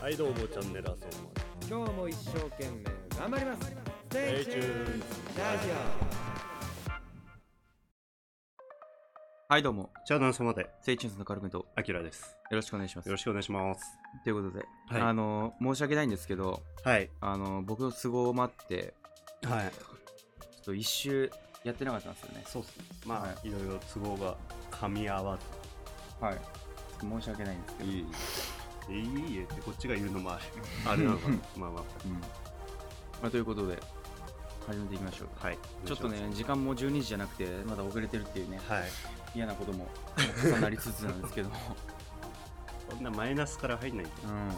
はいどうもチャンネルあそま今日も一生懸命頑張ります Stay Stay tuned. tuned ラジオはい、どうも。チャンネル様でセイチュンズのカル君とよあきらですろしくお願いします。よろしくお願いしますということで、はいあの、申し訳ないんですけど、はいあの、僕の都合もあって、はいちょっと一周やってなかったんですよね。そうっすねまあ、、はろいいろ都合が噛み合わはい。申し訳ないんですけずど、いいえいいえってこっちが言うのもあれあれなのかなまあまうん。まあ、ということで、始めていきましょうか。あはいちょっとね、時間も12時じゃなくて、まだ遅れてるっていうね、はい嫌なことも重なりつつなんです けど、うそんなマイナスから入んないんでん。ま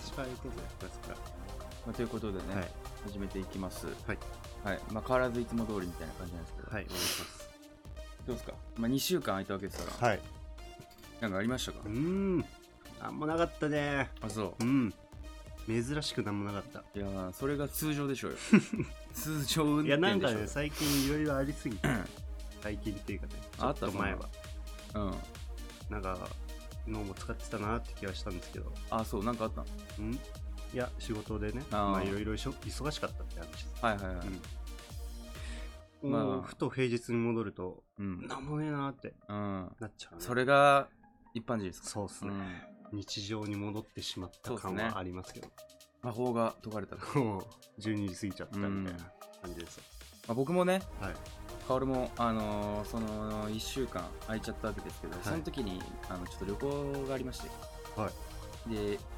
確かにどうぞですかあ、ということでね、はい始めていきます。はいはい。まあ、変わらずいつも通りみたいな感じなんですけど、はいお願いしますどうですかまあ、2週間空いたわけですから、はいなんかありましたかうーんなんもなかったねあそううん珍しくなんもなかったいやーそれが通常 でしょうよ通常運いや転でなんかしょうよね最近いろいろありすぎて最近っていうかねちょあっったと前はうんなんか脳も使ってたなって気がしたんですけどあそうなんかあったのうんいや仕事でねあーまあいろいろしょ忙しかったって話ですはいはいはいうんまあもうふと平日に戻るとうん、なんもねえなってうん、なっちゃうねそれが一般人ですかそうっすね、ん、日常に戻ってしまったそうっす感ねはありますけど魔法が解かれ たと、まもう12時過ぎちゃったみたいな感じですよ、あ、僕もねはい薫もあのーその1週間空いちゃったわけですけど、いその時にあのちょっと旅行がありましてはいで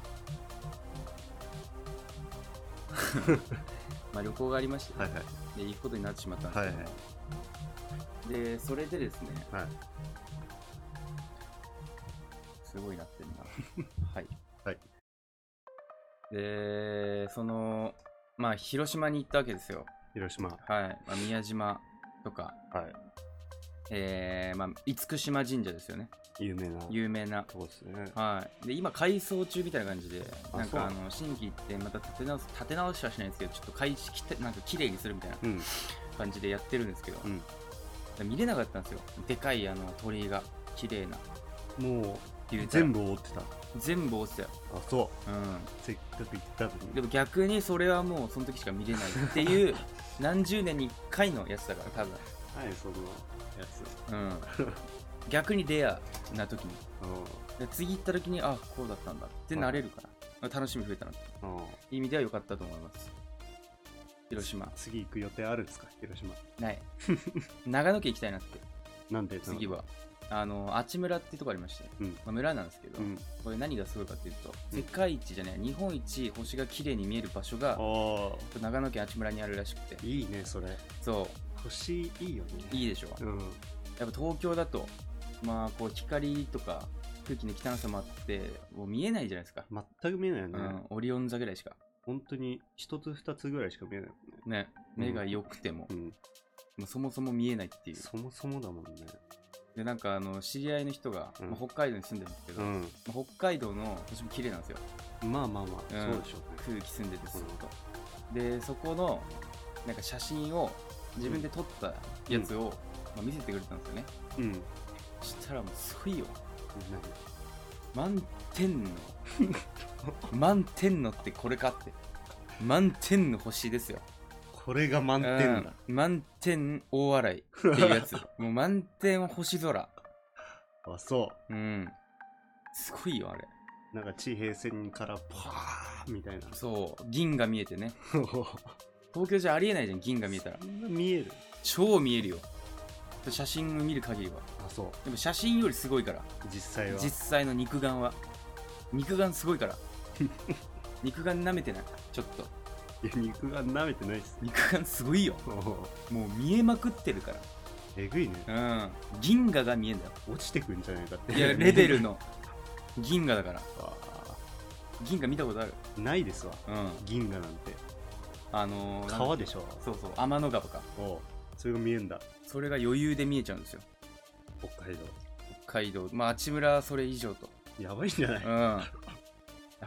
まあ旅行がありまして、はいはいで行くことになってしまったんですけど、はいはでそれでですねはいすごいなってんなはい はいでそのまあ広島に行ったわけですよ広島ははい、まあ、宮島とかえー、まあ厳島神社ですよねい有名な有名なとこですねはい、で今改装中みたいな感じであなんかあそうの新規行ってまた立て直す立て直しはしないんですけどちょっと改しきてなんか綺麗にするみたいなうん感じでやってるんですけど、うんで見れなかったんですよでかいあの鳥居が綺麗なも入れうたら全部覆ってたあ全部落ちたよ、そううせっかく行ったのん、にでも逆にそれはもうその時しか見れないっていう 何十年に1回のやつだからはいそのやつ多分、うん、逆にレアな時にうで次行った時にあこうだったんだってなれるから、楽しみ増えたなってんうんいう意味では良かったと思います広島次行く予定あるんですか広島ない 長野県行きたいなってなんで次はあのあち村ってとこありまして、うんまあ、村なんですけど、うんこれ何がすごいかっていうと、うん世界一じゃない日本一星が綺麗に見える場所があ長野県あち村にあるらしくてあいいねそれそ星いいよねういいでしょうんやっぱ東京だとまあこう光とか空気の汚さもあってもう見えないじゃないですか、全く見えないよね、うん、オリオン座ぐらいしか本当に一つ二つぐらいしか見えないもんねねうん目が良くても,、うんもうそもそも見えないっていうそもそもだもんねでなんかあの知り合いの人が、うんまあ北海道に住んでるんですけど、うんまあ北海道の星も綺麗なんですよまあまあまあ、うんそうでしょうね空気澄んでてずっと、でそこのなんか写真を自分で撮ったやつを、まあ、見せてくれたんですよねうんそしたらもうすごいよなんか満点の満点のってこれかって満点の星ですよこれが満点だ、うん満点大笑いっていうや つもう満点星空あそうんすごいよあれうなんか地平線からパーみた いなそう銀が見えてねそ東京じゃありえないじゃん銀が見えたらんな見える超見えるよ写真を見る限りはあそうでも写真よりすごいから実際は実際の肉眼は肉眼すごい から肉眼舐めてないちょっといや肉が舐めてないっすね肉眼すごいよもう見えまくってるかえぐいねらうん銀河が見えんだよ落ちてくんじゃないかっていやレベルの銀河だからあ銀河見たことあるー ないですわうん銀河なんてあのーなん川でしょそうそう天の川かおうそれが見えんだそれが余裕で見えちゃうんですよ北海道北海道まああちむらはそれ以上とやばいんじゃな ういんや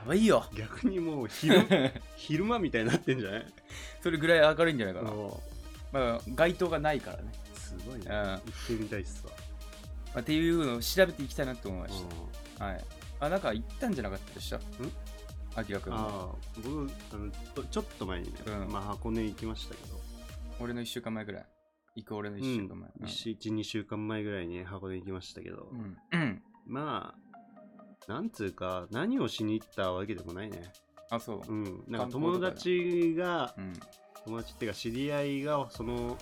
ばいよ逆にもう昼 昼間みたいになってんじゃないそれぐらい明るいんじゃないかな、おまあ、街灯がないからね、うすごいねうんま行ってみたいっすわあ、っていうのを調べていきたいなと思いましたうはい。あ、なんか行ったんじゃなかったでしたあきらくんはああ僕あのちょちょっと前にね、うんまあ、箱根行きましたけど、俺の1週間前ぐらい行く俺の1週間前うん12週間前ぐらいに箱根行きましたけど、うんうんまあなんつうか何をしに行ったわけでもないねあそううんなんか観光友とか達がうん友達っていうか知り合いがその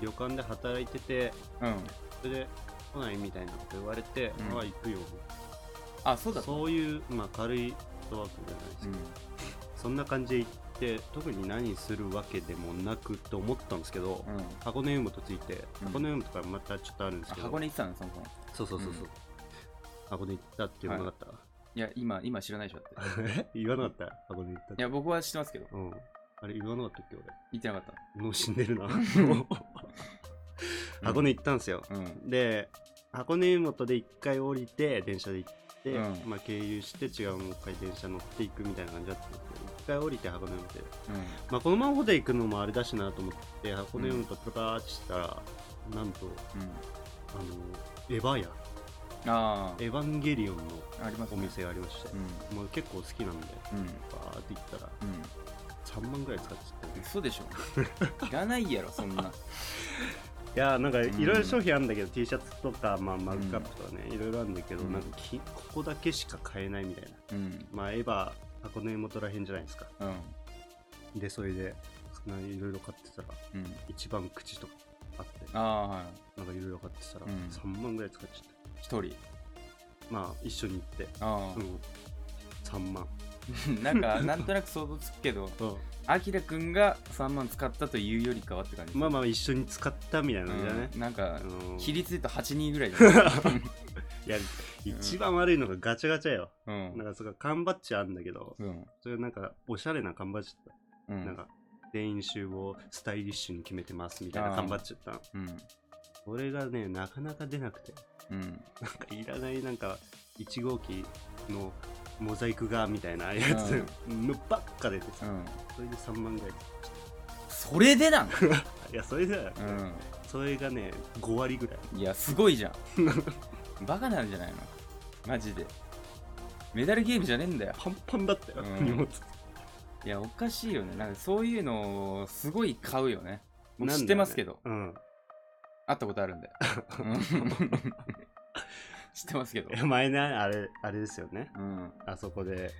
旅館で働いててうんそれで来ないみたいなこと言われて、うんああ行くよあそうだったそういう、まあ、軽いワークじゃないですか、うんそんな感じで行って特に何するわけでもなくと思ったんですけど、うん箱根湯本ついてうん箱根湯本からまたちょっとあるんですあけど、箱根行ってたのそもそもそうそうそうそう、うん箱根行ったって言わなかった、いや今今知らないでしょだ って言わなかった箱根行ったっいてや僕は知ってますけどうんあれ言わなかったっけ俺行ってなかっもう死んでるなた 箱根行ったんですよ、うんうんで箱根湯本で一回降りて電車で行って、うんまあ、経由して違うもう一回電車乗っていくみたいな感じだったんですけど一回降りて箱根湯本でまあ、このままホテル行くのもあれだしなと思って箱根運とプラーってしたら、なんとうんうんあのエヴァやあエヴァンゲリオンのあありますお店がありましてう、んもう結構好きなんでうんバーって行ったらうん3万ぐらい使っちゃったね嘘 でしょいらないやろそんないやーなんかうんいろいろ商品あるんだけど、T シャツとか、まあ、マグカッうプとかねいろいろあるんだけど、うんなんかきここだけしか買えないみたいなうんまあエヴァ箱根元らへんじゃないですかうんでそれでそんないろいろ買ってたらうん一番口とかあってああはいなんかいろいろ買ってたらうん3万ぐらい使っちゃった、一人まあ一緒に行って、あうん、3万、あ なんかなんとなく想像つくけどあきらくんが3万使ったというよりかはって感じまあまあ一緒に使ったみたいなう感じだね、んなんかあのー比率で言うと8人ぐらいだね いや一番悪いのがガチャガチャよ、うんなんかそれが缶バッジあんだけどうんそれなんかおしゃれな缶バッジだっうた、んなんか全員集合スタイリッシュに決めてますみたいなあー缶バッジだったのうんこれがねなかなか出なくてうんなんかいらないなんか1号機のモザイクがみたいなやつのばっか出てうさ、んそれで3万ぐらいそれでなんいやそれじゃなくて、うそれがね5割ぐらいんいやすごいじゃ んバカなんじゃないのマジでメダルゲームじゃねえんだよパンパンだったよ、うん荷物いやおかしいよねなんかそういうのをすごい買うよね僕なんだよね知ってますけど、うん会ったことあるんでうん 知ってますけどえ前ねあれあれですよねうんああそこで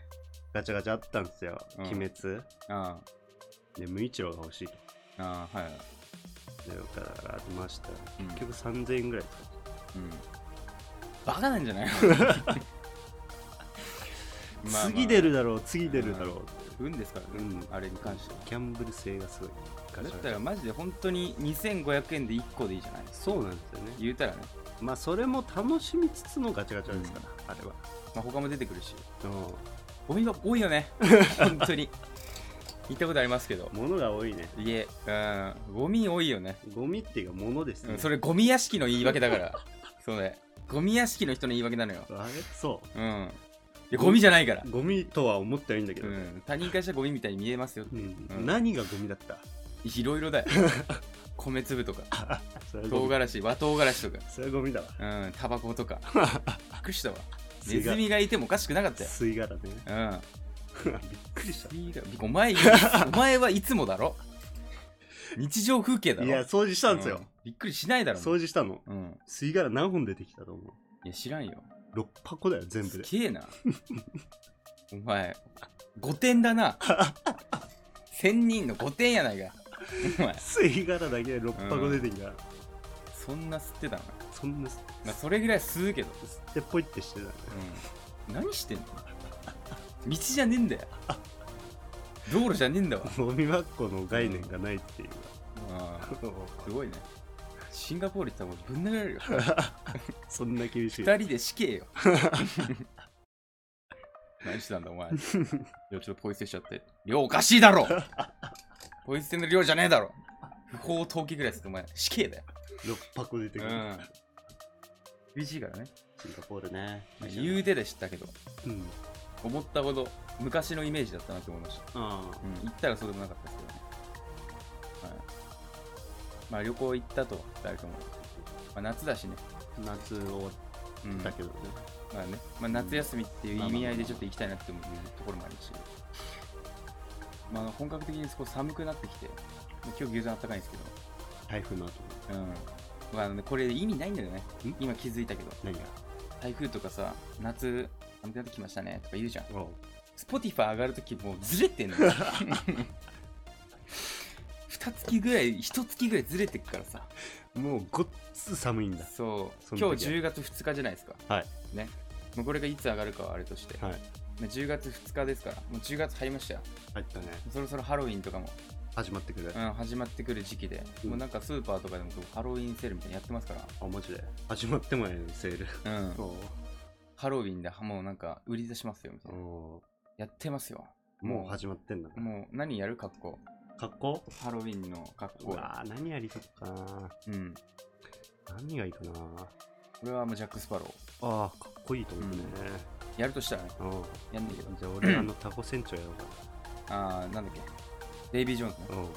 ガチャガチャあったんですよ、うん鬼滅あで無一郎が欲しいとああはいでガラガラって回したらうん結局3000円ぐらいうんバカなんじ ゃないの使まあまあう次出るだろう次出るだろうって運ですからね、うんあれに関してはギャンブル性がすごいガだチっャガたチャらマジで本当に2500円で1個でいいじゃないそうなんですよね言うたらね、まあそれも楽しみつつのガチャガチャですから、あれはまあ、他も出てくるしうゴミが多いよ ね本当に行ったことありますけどん物が多いねいえうんゴミ多いよねゴミっていうか物ですね、うんそれゴミ屋敷の言い訳だからそれゴミ屋敷の人の言い訳なのよあれそううんいやゴミじゃないから、ゴミとは思ってないんだけうど、うんん、他人からしたらゴミみたいに見えますようん何がゴミだったいろいろ だよ米粒とかそれはゴ唐ミ辛子和唐辛子とかそれはゴミだわうんタバ コとかびっくりしたわネ吸いズ殻ミがいてもおかしくなかったよ吸い殻ねうん びっくりしいいだお 前お前はいつもだろ日常風景だたろいや掃除したんですよう、びっくりしないだろ掃除したのうん吸い殻何本出てきたと思ういや知らんよ6箱だよ全部すでげえなお前5点 だな1000人の5点やないかお前吸い殻だけで6箱出てきた、そんな吸ってたの、そんな吸まあ、それぐらい吸うけど、ってポイってしてたね うん、何してんの 道じゃねえんだよ道路じゃねえんだわ、ゴミ箱の概念がないっていう か、うんすごいねシンガポール行ったらもうぶん殴 られるよそんな厳しい2人で死刑よ 何してたんだお前いやちょっとポイ捨てしちゃって量おかしいだろポイ捨ての量じゃねえだろ不法投棄ぐらいっつってお前死刑だよ6箱出てくる、うん厳しいからね、シンガポールねまあ、言うてで知ったけどうん思ったほど昔のイメージだったなと思いました、ああうん、行ったらそうでもなかったですけどね、はい、まあ旅行行ったと2人とも、まあ、夏だしね、夏終わうんったけどね、まあね、まあ、夏休みっていう意味合いでちょっと行きたいなって思うところもあるし、まあ、本格的に少し寒くなってきて、今日牛丼あったかいんですけど、台風の後うん。まあね、これ意味ないんだよねん。今気づいたけど、何が台風とかさ、夏寒くなってきましたねとか言うじゃん。おう Spotify 上がるときもうずれてんの よ。二月ぐらい、一月ぐらいずれてっからさ。もうごっつ寒いんだそうその今時日は10月2日じゃないですかはいねもうこれがいつ上がるかはあれとして、はいまあ10月2日ですからもう10月入りましたよ入ったねそろそろハロウィンとかも、始まってくる、うあん、始まってくる時期で、うんもうなんかスーパーとかでもこうハロウィンセールみたいなのやってますかマジで始まってもやるセールら、うん、おハロウィンでもうなんか売り出しますよみたいな、おやってますよもう始まってんだもう何やる格好格好ハロウィンの格う好わー何やりとくかなうん何がいいかなこれはもうジャック・スパローあーかっこいいと思うね、やるとしたらねうん、やんねえけどじゃあ俺あのタコ船長やろうかあーなんだっけデイビー・ジョーンズなねうんうんい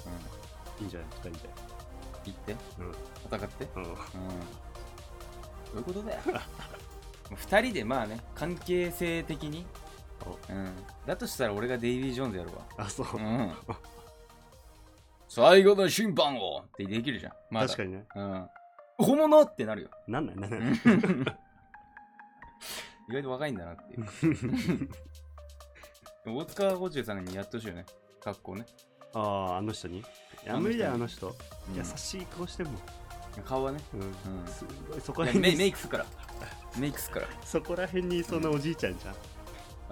いんじゃないですかいいんじゃ行ってうん戦ってないうんうんそういうことだよ。2人でまあね、関係性的に。うん。だとしたら俺がデイビー・ジョーンズやるわ。あそう、うん。最後の審判をってできるじゃん。まだ確かにねうん。本物ってなるよ。 なんないなんない、意外と若いんだなっていう。 大塚五十さんにやってほしいよね。格好ね。あああの人にいやあの人に無理だよあの人、うん優しい顔してんもん、顔はね。うんんすごいそいこやらメ辺イメにイクするから。メイクするから。そこら辺にいそうなおじいちゃんじゃん、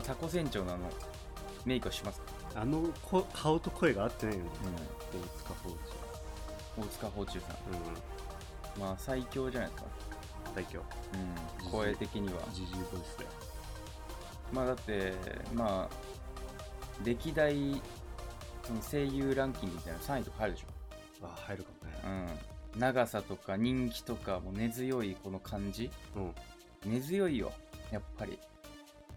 タコ船長のあの、メイクをします。あのこ顔と声が合ってないよねう大塚法ん。大塚宝中さん。治うまあ最強じゃないですか。ん大凶うん、声的には。ジジイボイスだよまあだって、まあ、歴代その声優ランキングみたいな3位とか入るでしあー入るかもねょ。うん。長さとか人気とか、もう根強いこの感じ。うん根強いよ、やっぱり。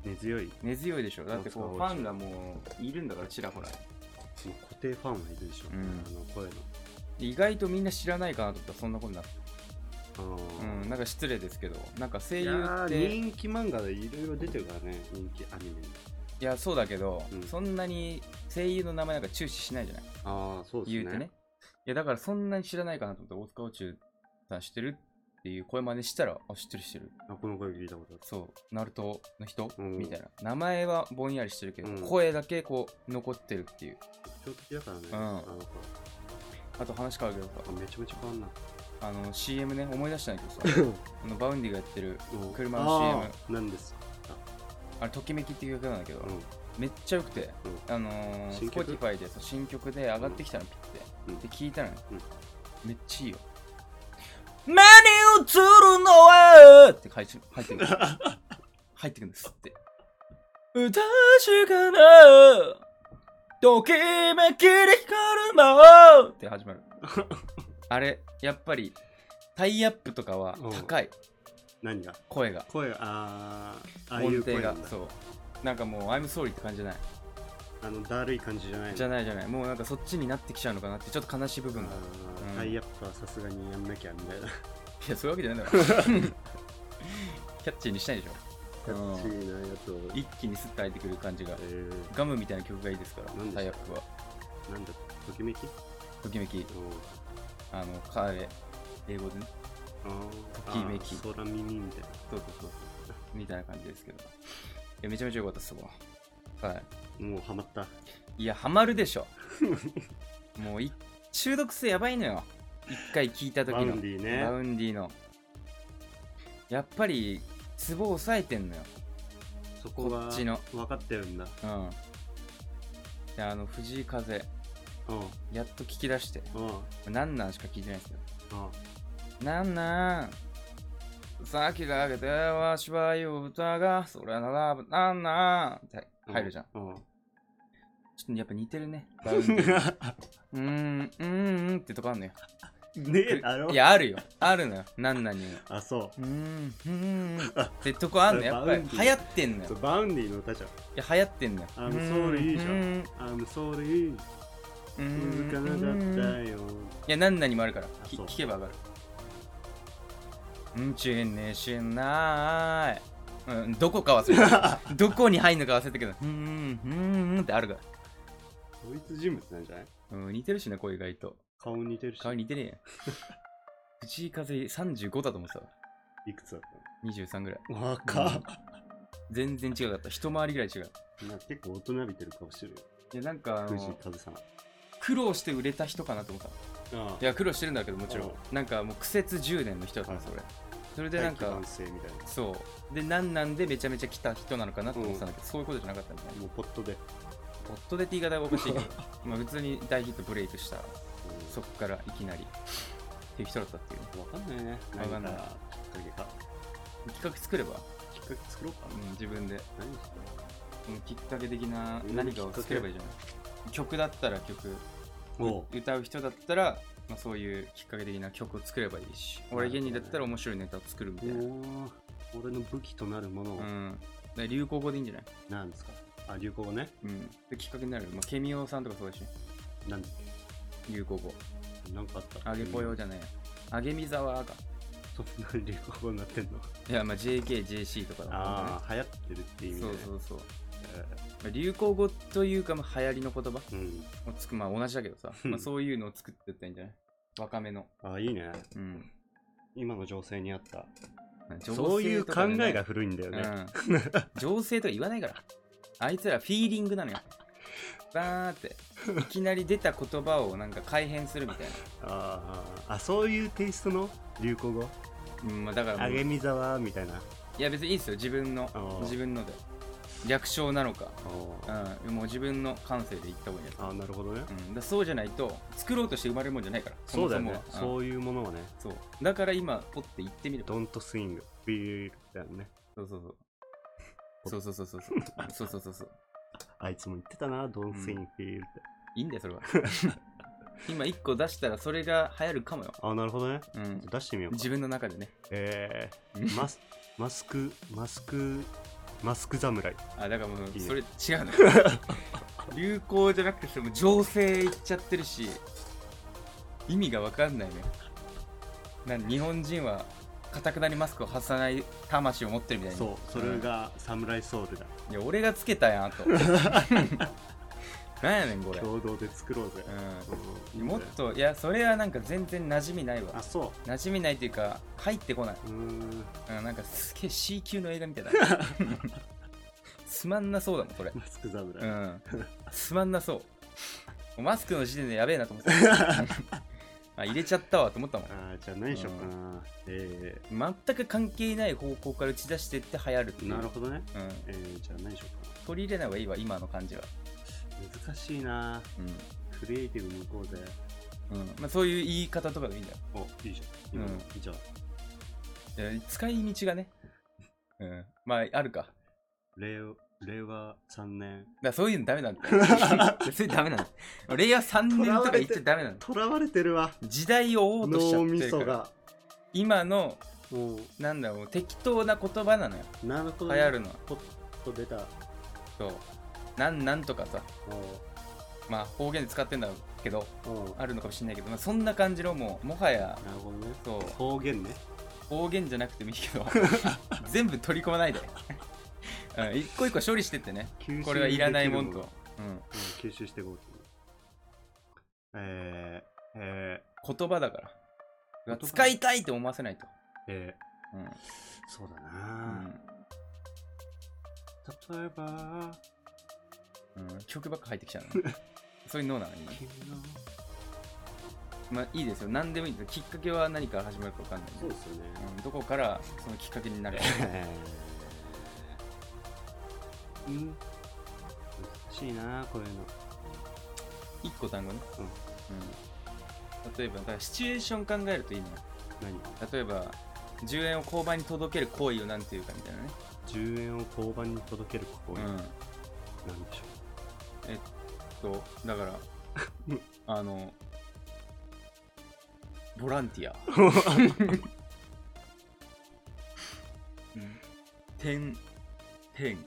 根強い根強いでしょ。だってこう、フ大塚ァンがもういるんだから、ちらほら。もう固定ファンはいるでしょ、うんあの声の意外とみんな知らないかなと思ったらそんなことなくて。あうーん、なんか失礼ですけど、なんか声いや優っーて。人気漫画でいろいろ出てるからね人気アニメにいや、そうだけど、うんそんなに声優の名前なんか注視しないじゃないああそうですね言うてね。いや、だからそんなに知らないかなと思って、大塚宇宙さん知ってるっていう声真似したら、あ、知ってる知ってる。あこの声聞いたことあるそう、ナルトの人、うんみたいな。名前はぼんやりしてるけど、うん声だけこう、残ってるっていう。特徴的だからね、うんあの子あと話変わるけどさ、あめちゃめちゃ変わん なあの CM ね、思い出したんだけどさ、あのバウンディがやってる、車の CM あーなんですあれ、ときめきっていう曲なんだけど、うんめっちゃ良くて、あのー、新曲 Spotify でそう新曲で上がってきたの、ピうッんて。で、聞いたのようん。めっちゃいいよ。目に映るのはって入って入って くる。入ってくるんですって。確かな、ときめきで光るのって 始まる。あれ、やっぱり、タイアップとかは高い、何が声が。声あーああい音う程声ながんだ。そう。なんかもう、I'm sorry って感じじゃない。あのだるい感じじゃないのじゃないじゃない。もうなんかそっちになってきちゃうのかなって、ちょっと悲しい部分が。あーうんタイアップはさすがにやんなきゃみたいな。いや、そういうわけじゃないんだから。キャッチーにしたいでしょ。キャッチーなやつを。一気にスッと入ってくる感じがえ。ーガムみたいな曲がいいですから何でし、たタイアップは。なんだときめきときめき、おうあの、カーレ、英語でね。あーときめきあー空耳みたいそうそうそうそう。みたいな感じですけど。いや、めちゃめちゃ良かったです、そこは。はな。もうハマった。い。いや、ハマるでし ょ。もうい、中毒性やばいのよ。一回聞いた時バの。ウンディねバウンディの。やっぱり、ツボ押さえてんのよ。そここはっちの分かってるんだ。うん。で、あの、藤井風、うん。やっと聞き出して。うん。うん。なんなんしか聞いてないんですよ。なんなんさっきだけでは芝居を歌が、それならなんなんって入るじゃん。ちうん。ょっとやっぱ似てるね。バ ウンドうーん、うーん、うんってとこあるのよ。ねえだろいや、あるよ。あるのよ。なんなんにも。あ、そうーん、うーん、うんってとこあんのよ。やっぱり流行ってんのう。よ。そうバウンディの歌じゃん。いや、流行ってんのよ。あのソウルいいじゃんん。 I'm sorry, うー気づんかなかったよ。いや、なんなにもあるから。あきそう聞けばわかる。うんちねしない。うん、どこか忘 れたどこに入るのか忘れたけどうーんうーんってあるか同一人物なんじゃないら、うん、似てるしね声意外と顔似てるし顔似てね えや藤井風35だと思ってたわいくつだった23ぐらいの若っ、全然違かった一回りぐらい違うなんか結構大人びてる顔してるよいやなんかあ藤井の風さんあ苦労して売れた人かなと思ったあいや苦労してるんだけどもちろんうんなんかもう苦節10年の人だったんですはい俺それでなんか大器晩成みたいそうでなんなんでめちゃめちゃ来た人なのかなと思ってたんだけど、そういうことじゃなかったみたいななもうポットで、ポットでって言い方がおかしい けどまあ普通に大ヒットブレイクしたそこからいきなりっていう人だったっていうねうんわかんないねわかんない何かきっかけか企画作れば、きっかけ作ろうかうん、自分で何してうんきっかけ的なうん何かを作ればいいじゃない曲だったら曲んの歌う人だったら、まあ、そういうきっかけ的な曲を作ればいいし俺芸人だったら面白いネタを作るみたいな、おお俺の武器となるものをうん、で流行語でいいんじゃない、なんですか、あ流行語ねうん、できっかけになる、まあ、ケミオさんとかそうだしなん流行語なんかあったあげぽよじじゃないあげみざわゃかん そんな流行語になってんのいやまあ JKJC とかだもんねああ流行ってるっていう意味でそうねそうそうまあ流行語というか、まあ、流行りの言葉えーうんをつくまあ同じだけ どさ、うんまあ、そういうのを作ってったらいいんじゃない若めの、ああいいねうん、今の情勢に合った、情勢とかねそういう考えが古いんだよね、うん、情勢とか言わないからあいつらフィーリングな のよバーっていきなり出た言葉をなんか改変するみたいあーあそういうテイストの流行語な、うんまあ、だからあもうげいみざわみたいなや別にいいですよ自分のあー自分ので略称なのか、おーうん、もう自分の感性で言った方がいいやつあーなるほどねうん、だそうじゃないと作ろうとして生まれるもんじゃないからそうだよもねもはうんそういうものはねそうだから今ポッて言ってみるとドントスイングビーだよねそうそうそうそうそうそうそうそうそうそうそうそうあいつも言ってたなドンスイングビールって、いいんだよ それは今一個出したらそれが流行るかもよ、ああなるほどねうん、出してみようか自分の中でねえうんー、マスマスクマスクマスク侍あだからもいうねそれ 違うの流行じゃなくてもう情勢いっちゃってるし意味が分かんないねなん日本人はかたくなにマスクを外さない魂を持ってるみたいなそうそれが侍ソウルだ、いや俺がつけたや んとなんやねんこれ、共同で作ろうぜ、うう、んんもっといやそれはなんか全然馴染みないあわそ馴染みないというか入ってこないううーんうんなんかすげえ C 級の映画みた いだつまんなそうだもんこれマスク侍、うあんつまんなそうもうマスクの時点でやべえなと思ってた あ入れちゃったわと思ったもんーじゃあ何しようかな、え全く関係ない方向から打ち出してって流行るっていー、うなるほどねうん、えー、じゃあ何しよう取り入れない方がいいわ今の感じはかな難しいなうクリエイティブに行こうぜん、うんまあ、そういう言い方とかでいいんだよおいいじゃん今の、うんじゃあいや使い道がね、うん、まああるか。だか令和令和3年らそういうのダメなん だよ。それダメなんだよ。令和3年とか言っちゃダメなの。とらわれてるわ時代を追おうとしちゃ脳っみてそるから。が今の、もなんだろう、適当な言葉なのよ。うなるほ流ど、行るのは。ポッと出たそう。なんなんとかさ、まあ方言で使ってんだけど、おおあるのかもしれないけど、まあ、そんな感じのもう、もはや、なるほどねそう、方言ね方言じゃなくてもいいけど、 全部取り込まないで。うん、一個一個処理してってね。吸収これはいらないもんできると。うん。うん、吸収していこうと思うえー、え言葉だからうわ言葉使いたいって思わせないと、ー、えうんー、そうだうな、ん例えばうん曲ばっか入ってきちゃうの そういう脳なの今君のまあいいですよ何でもいいですよきっかけは何から始まるか分かんないんでそうですよねうん、どこからそのきっかけになるかえー、うん難しいなこういうの一個単語ね、うん例えばだからシチュエーション考えるといいのよ何例えば10円を購買に届ける行為をなんていうかみたいなね、 10円を交番に届けるここうに、ん、なんでしょえっとだからあのボランティア、うん、点点う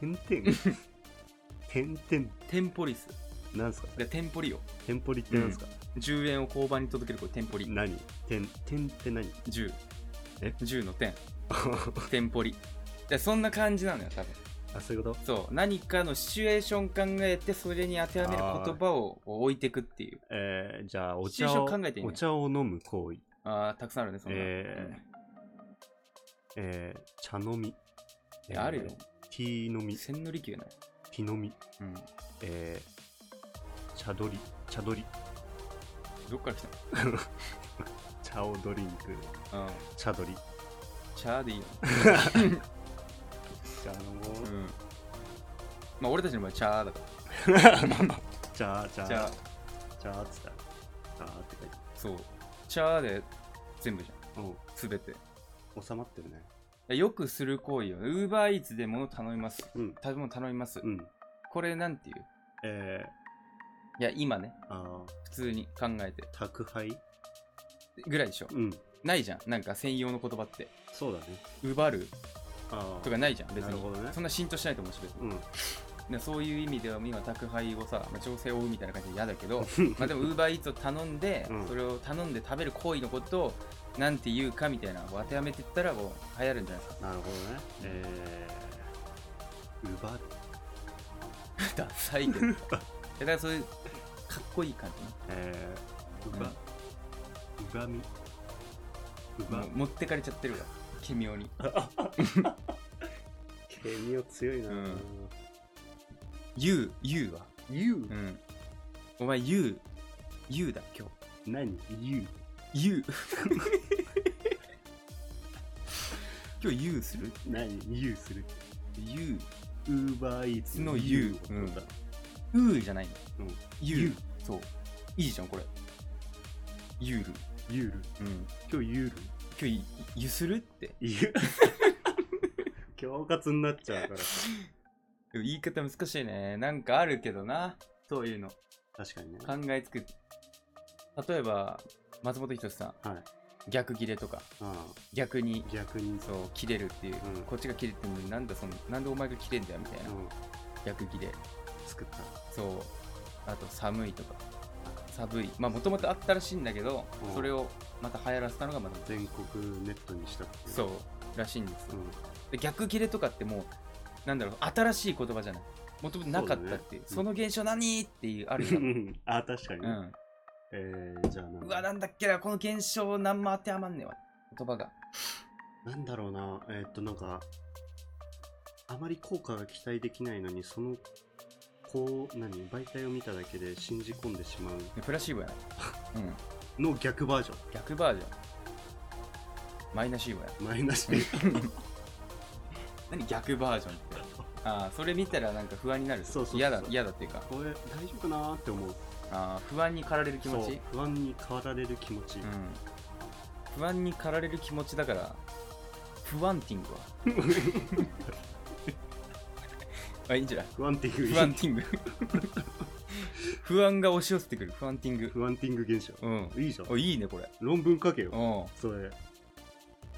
点々 点々テンポリスなんすかでテンポリをテンポリってなんすか、 10円を交番に届けるこれテンポリ何点点って何 10え10の点あテンポリでそんな感じなのよ多分あそういうことそう何かのシチュエーション考えてそれに当てはめる言葉をこう置いてくっていうえー、じゃあおシチュエー茶ショをン考えていいねお茶を飲む行為あーたくさんあるねそんな、えーえー、茶飲みいやあるよティー飲うんみテ千利休ねィー飲みうんえー、茶取り茶取りどっから来た茶をドリンクのうん茶取りチャー でいいよ、茶のうんまあ俺たちの場合チャーだか茶茶らチャー茶茶っつった茶って書いてそうチャーで全部じゃあるんすべてうん収まってるねよくする行為よウーバーイーツで物頼みますうん食べ物頼みます、うんこれなんていうえいや今ねー、あー普通に考えて宅配ぐらいでしょうんないじゃんなんか専用の言葉ってそうだね奪るああとかないじゃん別なるに、ほどねそんな浸透しないと思うし別にうんでそういう意味では今宅配をさ、まあ、調整を追うみたいな感じで嫌だけどまあでもウーバーイーツを頼んで、うんそれを頼んで食べる行為のことをなんて言うかみたいなのを当てはめてったらこう流行るんじゃないでなるほどねえー、奪うすか ダサいけどいやだからそういうかっこいい感えー、奪うばみじね奪もう持ってかれちゃってるわ奇妙にケミオ強いなうん言う言うは You うんお前言う言うだ今何 You 日言う 今日言うする何 You する言う Uber Eats の You うんうんうーじゃないの。うんゆゆうう。そう。いいじゃん、これ。ゆる。ゆるうん。今日ゆる今日、ゆするって。 ゆ恐喝になっちゃうからさ言い方難しいね。なんかあるけどな。そういうの。確かにね考えつく。例えば、松本人志さん。はい逆切れとか。あ逆にあ、逆にそうそう、切れるっていう。うんこっちが切れてるのになんだその、なんでお前が切れんだよみたいな。うん逆切れ。作ったそう。あと、寒いとか。寒い。まあ、もともとあったらしいんだけどう、んそれをまた流行らせたのがまた、全国ネットにしたっていそう、らしいんですようんで逆切れとかってもうなんだろう新しい言葉じゃないもともとなかったっていうそそうだの現象何っていうあるうじゃん、ん あ確かにうね、ん、えー、じゃあなんだうわなんだっけなこの現象何も当てはまんねえわ言葉がなんだろうな、えーっと、なんか、あまり効果が期待できないのに、その、こう、何、媒体を見ただけで信じ込んでしまうでプラシーボやない、うん、の逆バージョ逆バージョンマイナシーボやン。マイナスで。何逆バージョンってああそれ見たらなんか不安になるそうそうそう嫌だ嫌だっていうかこれ、大丈夫かなーって思う。ああ不安に駆られる気持ちそう不安に変わられる気持ち。うん、不安に駆られる気持ちだから不安ティングは あいいんじゃない不安っていう。不安。ティング不安が押し寄せてくる不安ティング不安ティング現象。うんいいじゃんお。いいねこれ論文書けうよ。んそれ。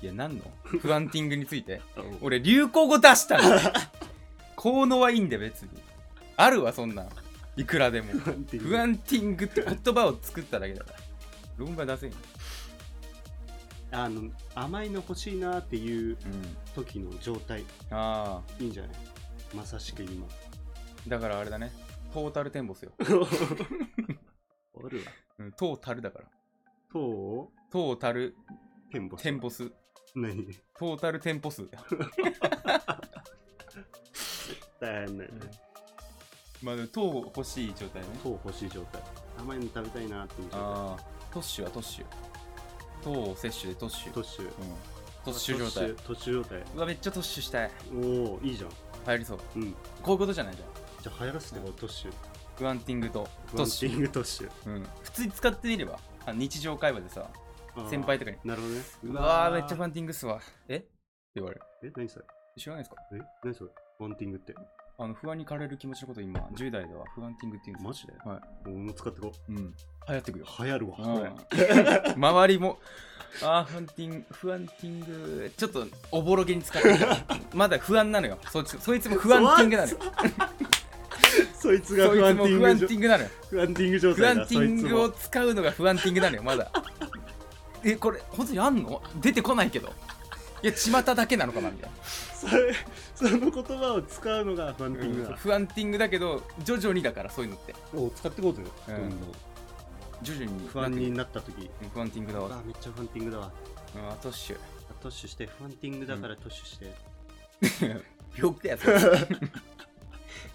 いや何の不安ティングについてうん俺流行語出したの効能はいいんだよ別にあるわそんなんいくら でも不安ティング。不安ティングって言葉を作っただけだから論文は出せんよあの、甘いの欲しいなーっていううん時の状態。ああいいんじゃないまさしく 今。だからあれだねトータルテンボスよおるわ。うん、トータルだから。とをトータル、テンポステンポス。何トータルテンポ数。大変だよね。まあ、トー欲しい状態ね。糖欲しい状態甘いの食べたいなっていう状態ああ、トッシュはトッシュ。トーを摂取でトッシュ。トッシュうん、トッシュ状態。トッシュトッシュ状態うわ、めっちゃトッシュしたい。おおいいじゃん流行りそう。うんこういうことじゃないじゃん。じゃあ流行らせてこうトッシュグアンティングとブトラッンシテュ。ィングトッシュうん、普通に使ってみれば。あ日常会話でさ、あー先輩とかに。なるほどねうわー、めっちゃフファァンンティングっすわ。えって言われる。え何それ知らないですかえ何それワンティングってあの不安に駆られる気持ちのこと今、10代では不安ティングって言うんですよマジではい俺もう使ってこううん、流行ってくよ。流行るわこれうん 周りも、あー不安ティング、不安ティング、ちょっとおぼろげに使 ってるまだ不安なのよ。そいつそいつも不安ティングなのよ。そいつがそフいァつンテもィン不安グテ状ィングなのよ。ファンティング状不態安だテそィいンつグをも使うのが不安ティングなのよ、まだ。え、これ、本当にあんの出てこないけど。いや巷だけなのかなみたいそれ その言葉を使うのがファンティングな、だ、不安ティングだけど徐々にだからそういうのってお使ってこうぜ、ううんん、徐々に不安にななった時ってくる不安ティングだあわめっちゃファンティングだわうん後っしゅトッシュしてファンティングだからトッシュして、病気だよそれ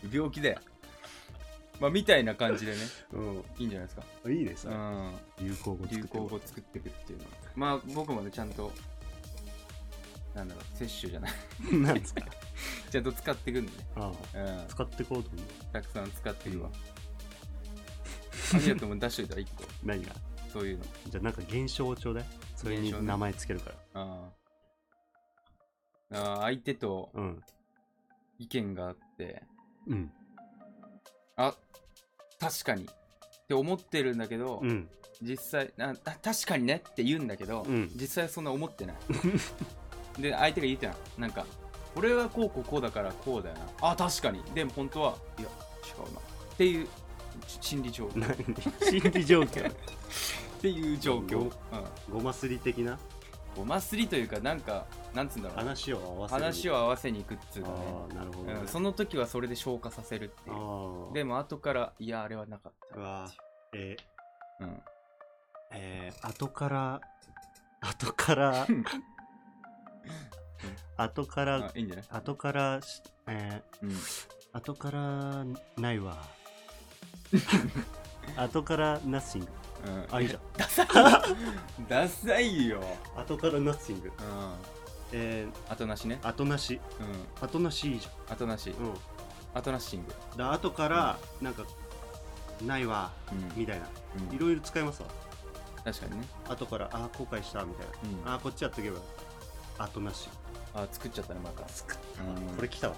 病気だよまあみたいな感じでねうんいいんじゃないですかいいですうねん流行語流作って行も語作っていくっていうのはまあ僕もねちゃんとなんだろう摂取じゃない なんですかちゃんと使っていくんでねあうんあ使ってこうと思うたくさん使っていくわありがとうも出しといたら1個何がそういうのじゃあなんか現象をちょうだいそれ現象にね名前つけるから、あーあー相手とうん意見があってうんあ確かにって思ってるんだけど、うん実際ああ確かにねって言うんだけど、 うん 実際そんな思ってないで相手が言ってない なんか俺はこうこうこうだからこうだよなあ確かにでも本当はいや違うなっていうち心理状況何心理状況っていう状況、ううん、んごますり的なごますりというかなんかなんつうんだろう話を合わせる話を合わせに行くっつうかねああなるほど、ねうん、その時はそれで消化させるっていうああでも後からいやあれはなかったうわえーうん、えー、後から後からうん後かあらいいんじゃない、後からしえうん、ー、後からない わ後からナッシングうんあいいじゃんダサいダサいよ、後からナッシングうん、えー、後なしね、後なしうん、後なしいいじ後なしゃんうん後なしシング、だ後からなんかないわうんみたいなうんいろいろ使えますわ確かにね、後からあー後悔したみたいなうん、ああーこっちやっとけばよかった後なし作っちゃったねまた、うんこれ来たわ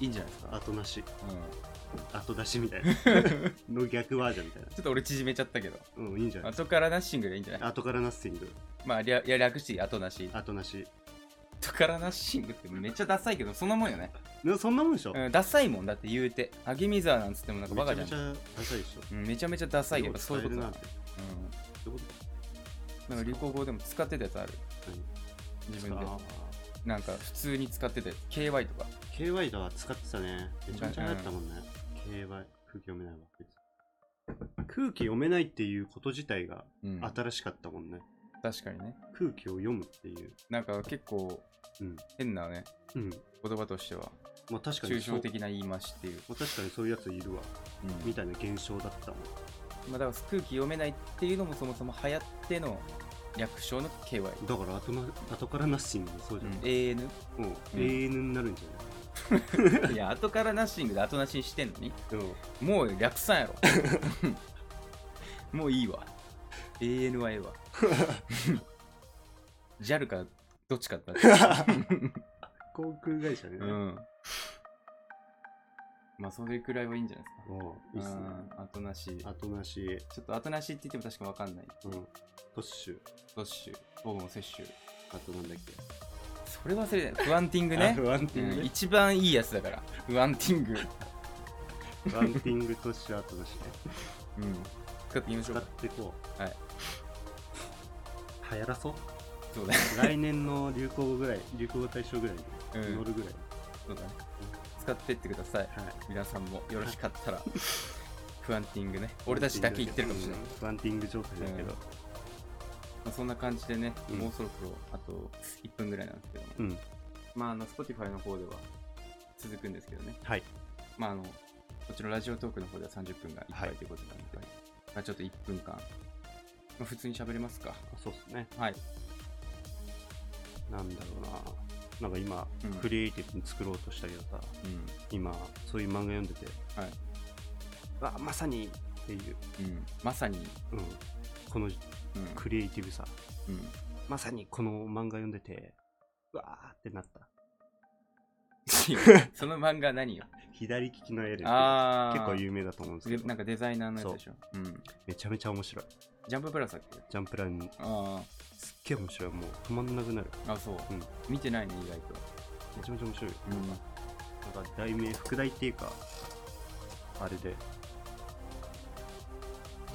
いいんじゃないですか、後なしうん、後出しみた いなの逆バージョンみたいなちょっと俺縮めちゃったけどうんいいんじゃない後からなしシングがいいんじゃない後からナッシングまありゃいや略して後なし後なし後からなしシングってめっちゃダサいけどそんなもんよね、でもそんなもんでしょ、うん、ダサいもんだって言うて励み沢なんつってもなんかバめちカゃじゃめんちゃダサいでしょうんめちゃめちゃダサいけどそういうことなだんてどういうことうん、なんか流行語でも使ってたやつある自分であなんか普通に使ってて KY とかー KY だわ使ってたねめちゃめちゃ流行ったもんね、KY 空気読めないわ空気読めないっていうこと自体がうん新しかったもんね、確かにね空気を読むっていうなんか結構うん変なねうん言葉としてはまあ確かに抽そう象的な言い回しっていう、まあ確かにそういうやついるわうんみたいな現象だったもんまあ、だから空気読めないっていうのもそもそも流行っての略称の KY、だから後な後からナッシングもそうじうゃんない、 AN もう永遠になるんじいや後からナッシングで後なしにしてんのにゃない、うん、もう略さん やろもういいわ AN はええ わ JAL かどっちか だって 航空会社ね、うん。まあ、それくらいはいいんじゃないですか。もういいっすねうん後なし。ち後なし、ょっと後なしって言っても確かわかんない。うん、トッシュドッシュ、僕も摂 取。あとなんだっけそれ忘れない。不安ティン グあね。ファンティングうんね。一番いいやつだから。不安ティング。ファンティングトッシュ後なしね。うん。使ってみましょう使っか。てこう。はい。流行らそう。そうだね。来年の流行語ぐらい、 流行語大賞ぐらいにうん乗るぐらい。そうだね。使ってってください。はい。皆さんもよろしかったら。不安ティングね。俺たちだけ言ってるかもしれない。うん。ファンティング状態だけど。まあ、そんな感じでね、うんもうそろそろあと1分ぐらいなんですけども。うん。まあ、あの、Spotify の方では続くんですけどね。はい。まあ、あの、こっちのラジオトークの方では30分がいっぱいということなので、まあ、ちょっと1分間、まあ、普通に喋れますか。そうっすね。はい。なんだろうな。なんか今うん、クリエイティブに作ろうとしたけどさ、うん。今、そういう漫画読んでて、はい。わ、まさにっていう、うん。まさに、うん。このうん。クリエイティブさ。うん、まさにこの漫画読んでて、うわーってなった。その漫画何よ。左利きの絵です。結ああ。構有名だと思うんですけでど、なんかデザイナーのやつでしょ。うん。めちゃめちゃ面白い。ジャンププラスだっけジャンプライン、あすっげえ面白い。もう止まんなくなる。あ。あ、そう。うん見てないね、意外と。めちゃめちゃ面白い。うん。なんか題名、副題っていうか、あれで、は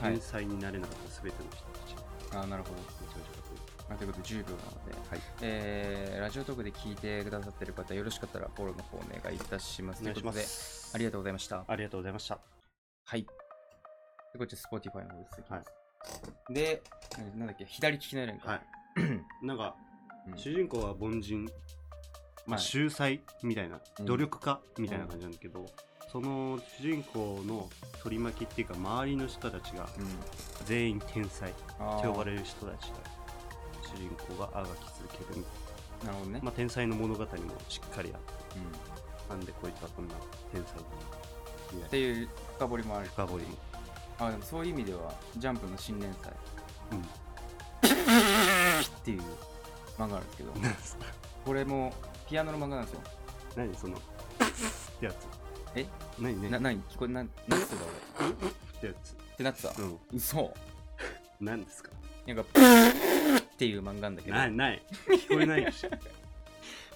い天才になれなかった全ての人たち。ああ、なるほど。めちゃめちゃかっこいい。まあということで10秒なので、はいえーラジオトークで聞いてくださってる方、よろしかったらフォローの方お願いいたします。お願いしまということすで、ありがとうございました。ありがとうございましたはい。で、こっち Spotify の方です。はで、なんだっけ、左利きのやるんか。はい なんかうん主人公は凡人、まはあ、い秀才みたいな、うん努力家みたいな感じなんだけど、その主人公の取り巻きっていうか周りの人たちがうん。全員天才あってー呼ばれる人たちが主人公があがき続けるみたいなるほどねな、。まあ、天才の物語もしっかりあってうんなんでこいつはこんな天才だみたっいなていう深掘りもある。深掘りも、あでもそういう意味では、ジャンプの新連載うん、っていう漫画あるんですけど、何ですか これもピアノの漫画なんですよ。何その ってやつえ何何な、なに聞こえ、な、なんつってた俺。ってやつってなってた。うん嘘。何ですかなんか、っていう漫画なんだけど、ないない聞こえないでしょ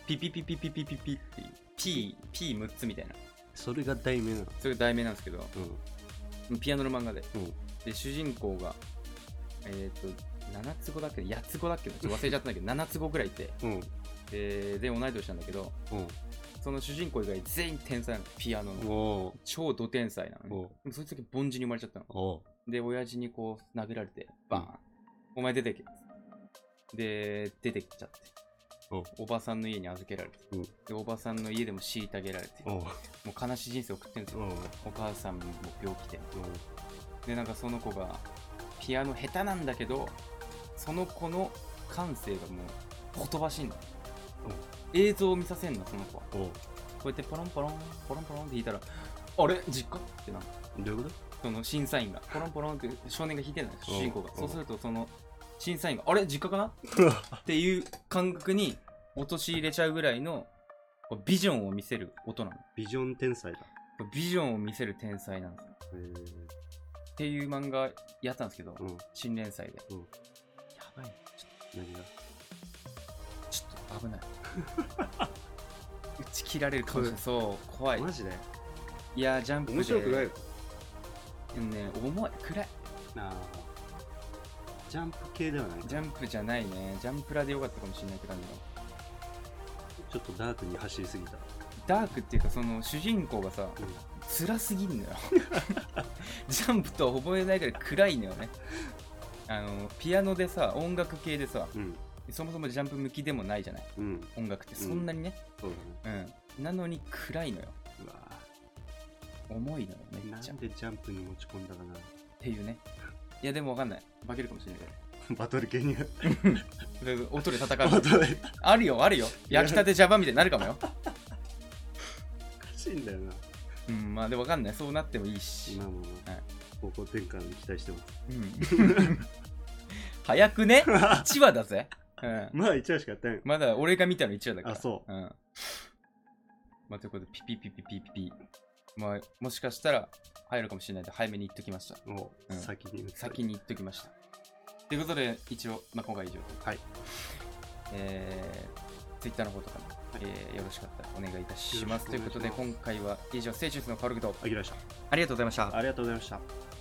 ピピピピピピピピっていう、P、P6 つみたいな。それが題名なのそれが題名なんですけど、うピアノの漫画で。んうんで、主人公が、えっ、と、7つ子だっけど、8つ子だっけど、ちょっと忘れちゃったんだけど、7つ子ぐらいいて、うんで、で同い年なんだけど、うその主人公以外全員天才なの、ピアノんの。お超ド天才なのおね。おでもそいつだけ凡人に生まれちゃったの。おで、親父にこう殴られて、バーン、お前出てけ。で、出てきちゃってお。おばさんの家に預けられて、うんでおばさんの家でも虐げられて、おもおう悲しい人生送ってるんですよ。お母さんも病気で。で、なんかその子が、ピアノ下手なんだけど、その子の感性がもう、ほとばしいんだ。映像を見させんの、その子は。おおこうやってポロンポロン、ポロンポロンって弾いたら、あれ実家ってなるどういうこその審査員が、ポロンポロンって少年が弾いてるのよ、うん主人公が。うんそうすると、その審査員が、あれ実家かなっていう感覚に陥れちゃうぐらいのこうビジョンを見せる音なの。ビジョン天才だビジョンを見せる天才なんですよ。へーっていう漫画やったんですけど、うん新連載で。うんやばいね、ちょ何がっとちょっと危ない。打ち切られるかもしれない。そう、怖い。マジでいやー、ジャンプで。面白くないい。ね、重い、暗い。なあジャンプ系ではないジャンプじゃないね。ジャンプラでよかったかもしれないって感じの。ちょっとダークに走りすぎたダークっていうかその主人公がさう辛すぎん のよジャンプとは覚えないぐらい暗いのよねあのピアノでさ音楽系でさんそもそもジャンプ向きでもないじゃないうんうん音楽ってそんなにねそうだねうん、なのに暗いのようわ重いのよーめなっちゃっんでジャンプに持ち込んだかなていうねいやでもわかんない化けるかもしれないかバトル系にら で音で戦バうトルあるよあるよ焼きたてジャバみたいになるかもよおかしいんだよなうんまあでもわかんないそうなってもいいし今もはい方向転換に期待してますうん 早くね1話だぜうんまだ1話しかやってないまだ俺が見たの一話だから。。あそううん。まあ、ということで、ピピピピピピピ。まあ、もしかしたら入るかもしれないんで、早めに言っときました。もううん先に打つ先に言っときました。ということで、一応、まあ、今回以上。はい。えー、Twitter の方とかね、えーよろしかったらお願いいたします。といようろしくことお願で、いします今回は以上、セイチュースのカオルグと、あきらでしたありがとうございました。ありがとうございました